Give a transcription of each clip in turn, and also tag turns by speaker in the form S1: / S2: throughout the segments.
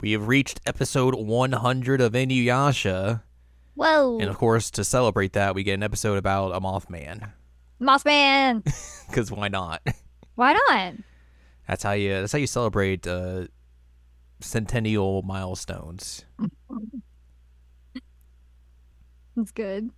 S1: We have reached episode 100 of Inuyasha,
S2: Whoa,
S1: and of course, to celebrate that, we get an episode about a Mothman.
S2: Mothman!
S1: Because why not?
S2: Why not?
S1: That's how you. That's how you celebrate uh, centennial milestones.
S2: It's good.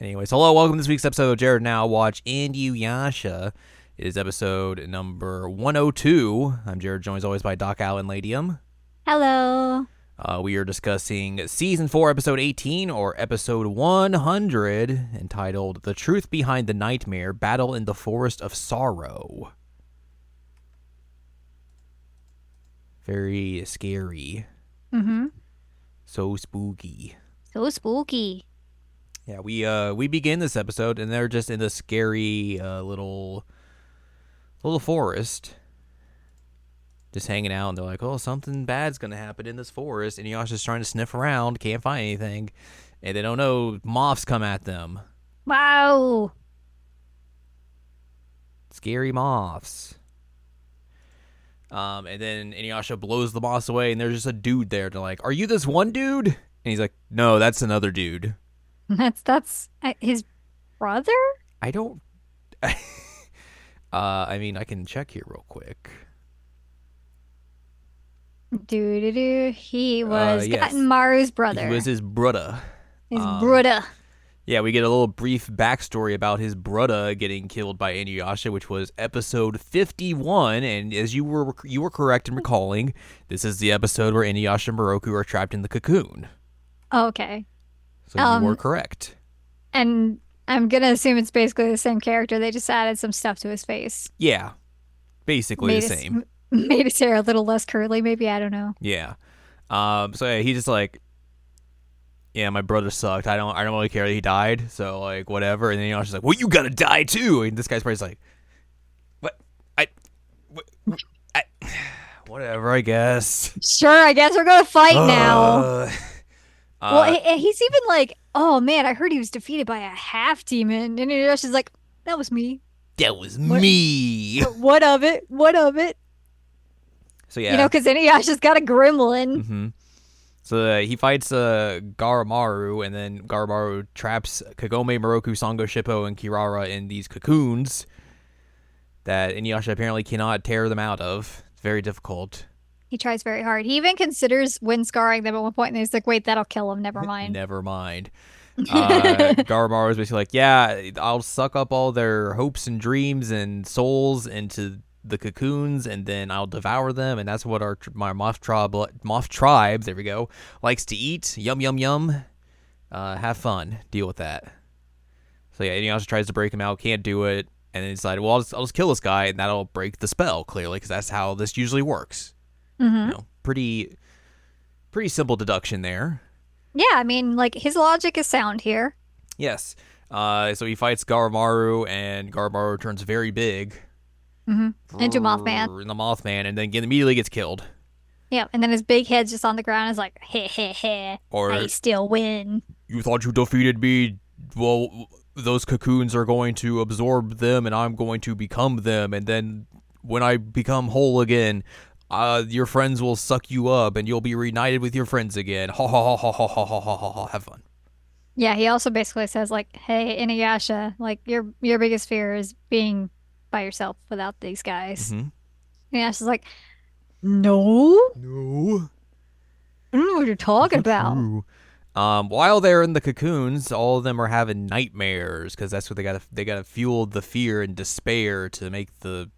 S1: Anyways, hello, welcome to this week's episode of Jared Now Watch Inuyasha. It is episode number 102. I'm Jared, joined as always by Doc Allen Ladium.
S2: Hello.
S1: Uh, we are discussing season 4, episode 18, or episode 100, entitled The Truth Behind the Nightmare Battle in the Forest of Sorrow. Very scary.
S2: Mm-hmm.
S1: So spooky.
S2: So spooky.
S1: Yeah, we uh we begin this episode and they're just in this scary uh, little little forest. Just hanging out and they're like, Oh, something bad's gonna happen in this forest and Yasha's trying to sniff around, can't find anything, and they don't know moths come at them.
S2: Wow.
S1: Scary moths. Um, and then Inuyasha blows the moths away, and there's just a dude there. They're like, "Are you this one dude?" And he's like, "No, that's another dude."
S2: That's that's uh, his brother.
S1: I don't. uh, I mean, I can check here real quick.
S2: Doo doo doo. He
S1: Uh,
S2: was
S1: yes.
S2: Maru's brother.
S1: He was his brother.
S2: his
S1: um,
S2: brother.
S1: Yeah, we get a little brief backstory about his brother getting killed by Inuyasha, which was episode fifty-one. And as you were you were correct in recalling, this is the episode where Inuyasha and Moroku are trapped in the cocoon.
S2: Oh, okay.
S1: So
S2: Um,
S1: you were correct.
S2: And I'm gonna assume it's basically the same character. They just added some stuff to his face.
S1: Yeah, basically the
S2: his-
S1: same.
S2: made his hair a little less curly. Maybe I don't know.
S1: Yeah. Um. So yeah, he just like, yeah, my brother sucked. I don't. I don't really care that he died. So like, whatever. And then you know, she's like, well, you gotta die too. And this guy's probably just like, what? I, what, I, whatever. I guess.
S2: Sure. I guess we're gonna fight now.
S1: Uh,
S2: Well,
S1: uh,
S2: he- and he's even like, "Oh man, I heard he was defeated by a half demon," and Inuyasha's is like, "That was me.
S1: that was
S2: what-
S1: me.
S2: But what of it? What of it?
S1: So yeah.
S2: You know, because Inuyasha's got a gremlin.
S1: hmm So uh, he fights uh, Garamaru, and then Garamaru traps Kagome, Moroku, Sango, Shippo, and Kirara in these cocoons that Inuyasha apparently cannot tear them out of. It's very difficult.
S2: He tries very hard. He even considers wind scarring them at one point, and he's like, "Wait, that'll kill him. Never mind."
S1: Never mind. Uh, Garamaru is basically like, yeah, I'll suck up all their hopes and dreams and souls into the cocoons, and then I'll devour them, and that's what our tr- my moth tribe moth tribe there we go likes to eat. Yum yum yum. Uh, have fun. Deal with that. So yeah, Inuyasha tries to break him out, can't do it, and then decided, well, I'll just, I'll just kill this guy, and that'll break the spell clearly, because that's how this usually works.
S2: hmm
S1: You know, pretty, pretty simple deduction there.
S2: Yeah, I mean, like his logic is sound here.
S1: Yes. Uh, so he fights Garamaru, and Garamaru turns very big.
S2: Mhm. Into Mothman.
S1: Grrr, Into Mothman, and then get- immediately gets killed.
S2: Yeah, and then his big head's just on the ground. Is like, "Heh heh heh,
S1: Or
S2: I still win."
S1: you thought you defeated me. Well, those cocoons are going to absorb them, and I'm going to become them. And then when I become whole again, uh, your friends will suck you up, and you'll be reunited with your friends again. Ha ha ha ha ha ha ha ha ha. ha. Have fun.
S2: Yeah, he also basically says like, "Hey, Inuyasha, like your your biggest fear is being by yourself without these guys."
S1: Mhm.
S2: Inuyasha's like, "No,
S1: No.
S2: I don't know what you're talking about."
S1: True. Um, while they're in the cocoons, all of them are having nightmares because that's what they got. to They got to fuel the fear and despair to make the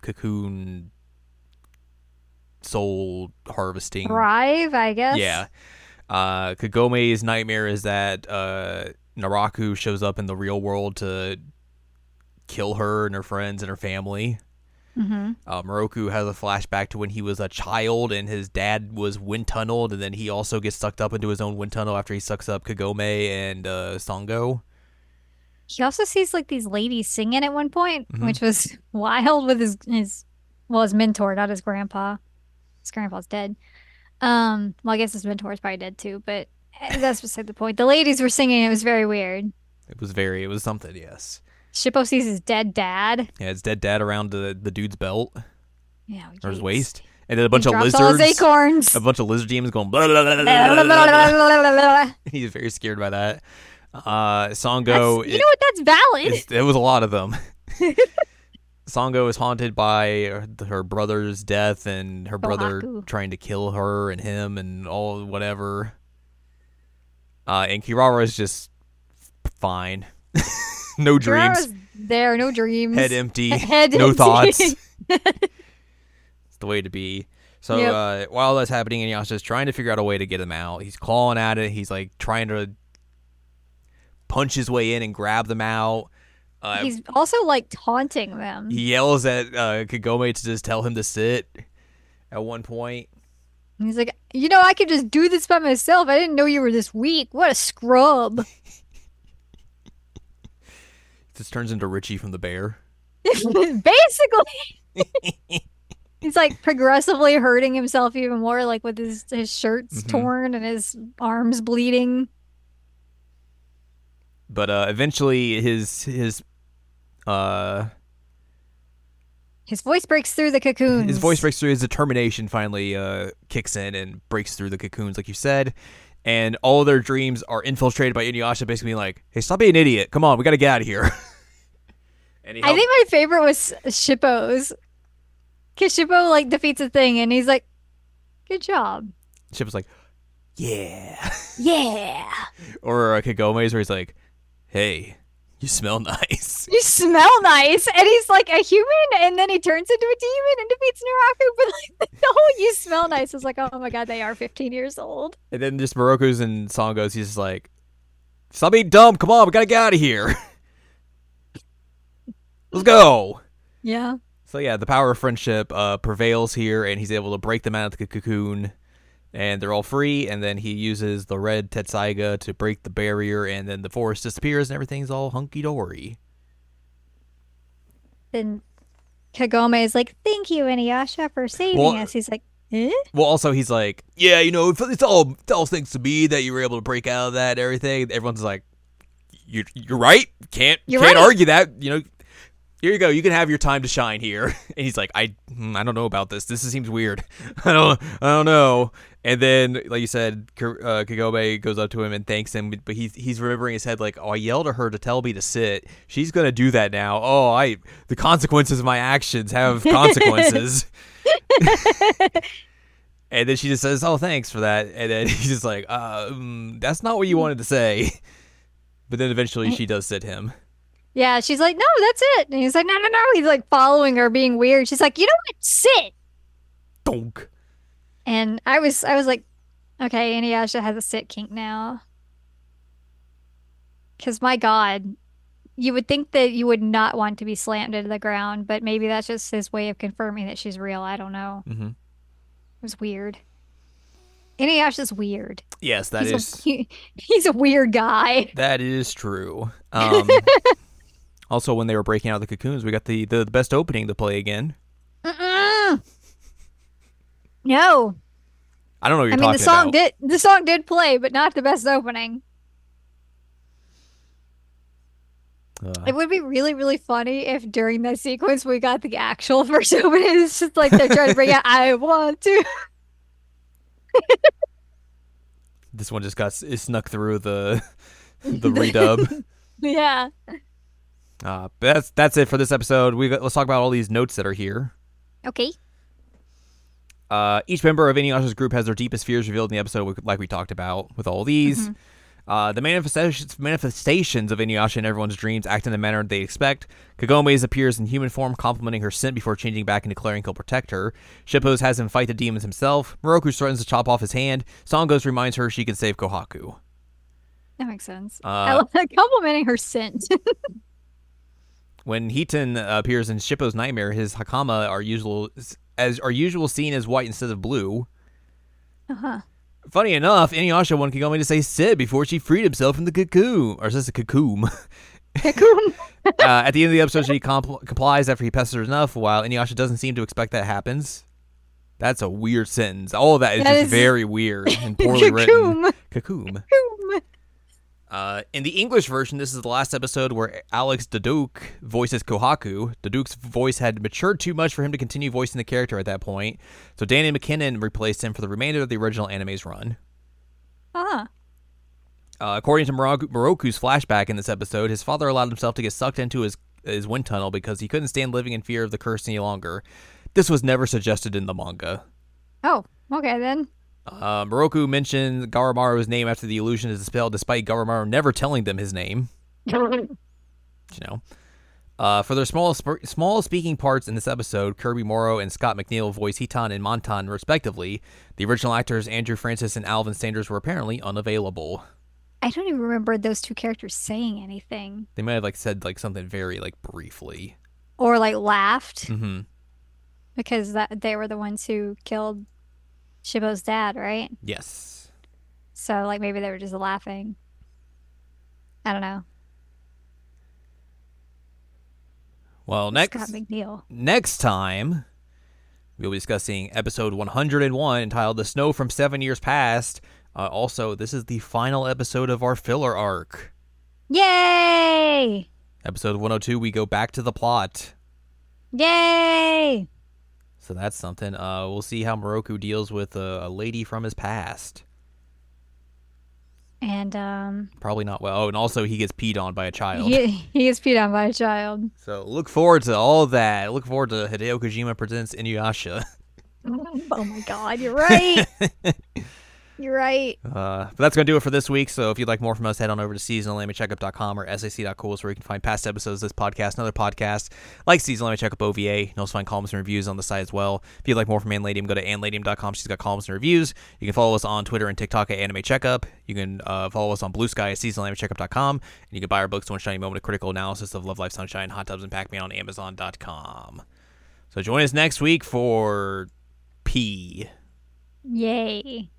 S1: cocoon soul harvesting.
S2: Thrive, I guess.
S1: Yeah. Uh, Kagome's nightmare is that uh, Naraku shows up in the real world to kill her and her friends and her family.
S2: hmm
S1: Uh, Moroku has a flashback to when he was a child and his dad was wind tunneled, and then he also gets sucked up into his own wind tunnel after he sucks up Kagome and uh, Sango.
S2: He also sees like these ladies singing at one point,
S1: Mhm.
S2: which was wild with his his well, his mentor, not his grandpa. His grandpa's dead. Um, well, I guess his mentor's probably dead too, but eh, that's beside the point. The ladies were singing; it was very weird.
S1: It was very, it was something, yes.
S2: Shippo sees his dead dad.
S1: Yeah, his dead dad around the, the dude's belt
S2: Yeah,
S1: or his
S2: yikes.
S1: waist. and then a bunch
S2: he
S1: of
S2: drops all his
S1: lizards,
S2: acorns.
S1: a bunch of lizard demons going. Blah, blah, blah, blah, blah, blah, blah, blah.
S2: That's-
S1: He's very scared by that. Uh, Songo,
S2: you know what? That's valid.
S1: it, it was a lot of them. Songo is haunted by her- her brother's death and her brother
S2: Ohaku.
S1: trying to kill her and him and all whatever. Uh, and Kirara is just fine. no dreams.
S2: Guerrero's There are no dreams.
S1: Head empty.
S2: Head
S1: no
S2: empty.
S1: thoughts. it's the way to be. So
S2: Yep.
S1: uh, while that's happening, Inuyasha's trying to figure out a way to get him out. He's clawing at it. He's like trying to punch his way in and grab them out. Uh,
S2: He's also like taunting them.
S1: he yells at uh, Kagome to just tell him to sit at one point.
S2: He's like, you know, I could just do this by myself. I didn't know you were this weak. What a scrub.
S1: This turns into Richie from the bear.
S2: Basically. He's like progressively hurting himself even more, like with his, his shirts
S1: Mhm.
S2: torn and his arms bleeding.
S1: But uh, eventually, his his uh,
S2: His voice breaks through the cocoons.
S1: his voice breaks through. His determination finally uh, kicks in and breaks through the cocoons, like you said. And all their dreams are infiltrated by Inuyasha, basically being like, "Hey, stop being an idiot! Come on, we gotta get out of here." and he
S2: I
S1: helps-
S2: think my favorite was Shippo's. Because Shippo like defeats a thing and he's like, good job.
S1: Chip was like, "Yeah,"
S2: Yeah.
S1: or uh, Kagome's, where he's like, "Hey, you smell nice."
S2: You smell nice. And he's like a human and then he turns into a demon and defeats Naraku. But like, the whole you smell nice is like, oh my God, they are 15 years old.
S1: And then just Moroku's and Songo's, he's just like, stop being dumb. Come on, we gotta get out of here. Let's go.
S2: Yeah.
S1: So yeah, the power of friendship uh, prevails here, and he's able to break them out of the cocoon, and they're all free. And then he uses the red Tetsaiga to break the barrier, and then the forest disappears, and everything's all hunky dory.
S2: Then Kagome is like, thank you, Inuyasha, for saving
S1: Well-
S2: us. He's like, eh?
S1: Well, also he's like, yeah, you know, if it's all it's all thanks to me that you were able to break out of that and everything. Everyone's like, you you're right. Can't
S2: You're
S1: can't
S2: right.
S1: argue that. You know, here you go. You can have your time to shine here. And he's like, I hmm, I don't know about this. This seems weird. I don't I don't know. And then, like you said, K- uh, Kagome goes up to him and thanks him, but he's he's remembering his head like, oh, I yelled at her to tell me to sit. She's gonna do that now. Oh, I the consequences of my actions have consequences. And then she just says, "Oh, thanks for that." And then he's just like, uh, mm, "That's not what you wanted to say." But then eventually she does sit him.
S2: Yeah, she's like, no, that's it. And he's like, no, no, no. He's like following her, being weird. She's like, you know what? Sit.
S1: Donk.
S2: And I was, I was like, okay, Inuyasha has a sit kink now. Because my God, you would think that you would not want to be slammed into the ground, but maybe that's just his way of confirming that she's real. I don't know.
S1: hmm
S2: It was weird. Inuyasha's weird.
S1: Yes, that is
S2: he's a, he- he's a weird guy.
S1: that is true. Um, also, when they were breaking out the cocoons, we got the, the the best opening to play again.
S2: Mm-mm. No,
S1: I don't know what you're
S2: I mean the
S1: talking
S2: song
S1: about.
S2: did the song did play, but not the best opening.
S1: Uh,
S2: It would be really, really funny if during that sequence we got the actual first opening. It's just like they're trying to bring out "I want to."
S1: this one just got s- it snuck through the the redub.
S2: Yeah,
S1: Uh, but that's that's it for this episode. We got, let's talk about all these notes that are here.
S2: okay.
S1: Uh, each member of Inuyasha's group has their deepest fears revealed in the episode, like we talked about with all these. Uh, the manifestations, manifestations of Inuyasha in everyone's dreams act in the manner they expect. Kagome's appears in human form, complimenting her scent before changing back and declaring he'll protect her. Shippo's has him fight the demons himself. Moroku threatens to chop off his hand. Songo's reminds her she can save Kohaku.
S2: That makes sense. I
S1: Uh,
S2: love complimenting her scent.
S1: When Heaton uh, appears in Shippo's nightmare, his Hakama are usual as are usual seen as white instead of blue.
S2: uh-huh.
S1: Funny enough, Inuyasha wanted Kagome to say "sit" before she freed himself from the cocoon, or is this a cocoon?
S2: Cocoon.
S1: uh, at the end of the episode, she compl- complies after he pesters enough, while Inuyasha doesn't seem to expect that happens. That's a weird sentence. All of that is
S2: That
S1: just
S2: is-
S1: very weird and poorly written.
S2: Cocoon.
S1: Cocoon.
S2: Cocoon.
S1: Uh, in the English version, this is the last episode where Alex Daduke voices Kohaku. Daduke's voice had matured too much for him to continue voicing the character at that point, so Danny McKinnon replaced him for the remainder of the original anime's run.
S2: Ah,
S1: Uh, according to Moroku, Moroku's flashback in this episode, his father allowed himself to get sucked into his his wind tunnel because he couldn't stand living in fear of the curse any longer. This was never suggested in the manga.
S2: oh, okay then.
S1: Uh, Moroku mentioned Garamaru's name after the illusion is dispelled, despite Garamaru never telling them his name. you know. Uh, for their small sp- small speaking parts in this episode, Kirby Morrow and Scott McNeil voice Hitan and Montan respectively. The original actors Andrew Francis and Alvin Sanders were apparently unavailable.
S2: I don't even remember those two characters saying anything
S1: They might have like said like something very like briefly.
S2: or like laughed
S1: Mm-hmm.
S2: because that they were the ones who killed Shibo's dad, right?
S1: Yes.
S2: So like maybe they were just laughing. I don't know.
S1: Well,
S2: Scott
S1: next
S2: McNeil.
S1: next time we'll be discussing episode 101 entitled "The Snow from Seven Years Past." Uh, also, this is the final episode of our filler arc.
S2: Yay!
S1: Episode 102, we go back to the plot.
S2: Yay!
S1: So that's something. Uh, we'll see how Moroku deals with a, a lady from his past.
S2: And um,
S1: Probably not well. Oh, and also he gets peed on by a child.
S2: he, he is peed on by a child.
S1: So look forward to all that. Look forward to Hideo Kojima presents Inuyasha.
S2: oh my god, you're right. you're right.
S1: Uh, but that's going to do it for this week. So if you'd like more from us, head on over to seasonalamycheckup.com or sac.cool is where you can find past episodes of this podcast and other podcasts like Seasonal Anime Checkup OVA. You can also find columns and reviews on the site as well. If you'd like more from Ann Ladium, go to annladium.com. She's got columns and reviews. You can follow us on Twitter and TikTok at Anime Checkup. You can uh, follow us on Blue Sky at seasonalamycheckup.com. And you can buy our books, One Shiny Moment, A Critical Analysis of Love, Life, Sunshine, Hot Tubs, and Pac-Man on amazon.com. So join us next week for P.
S2: Yay.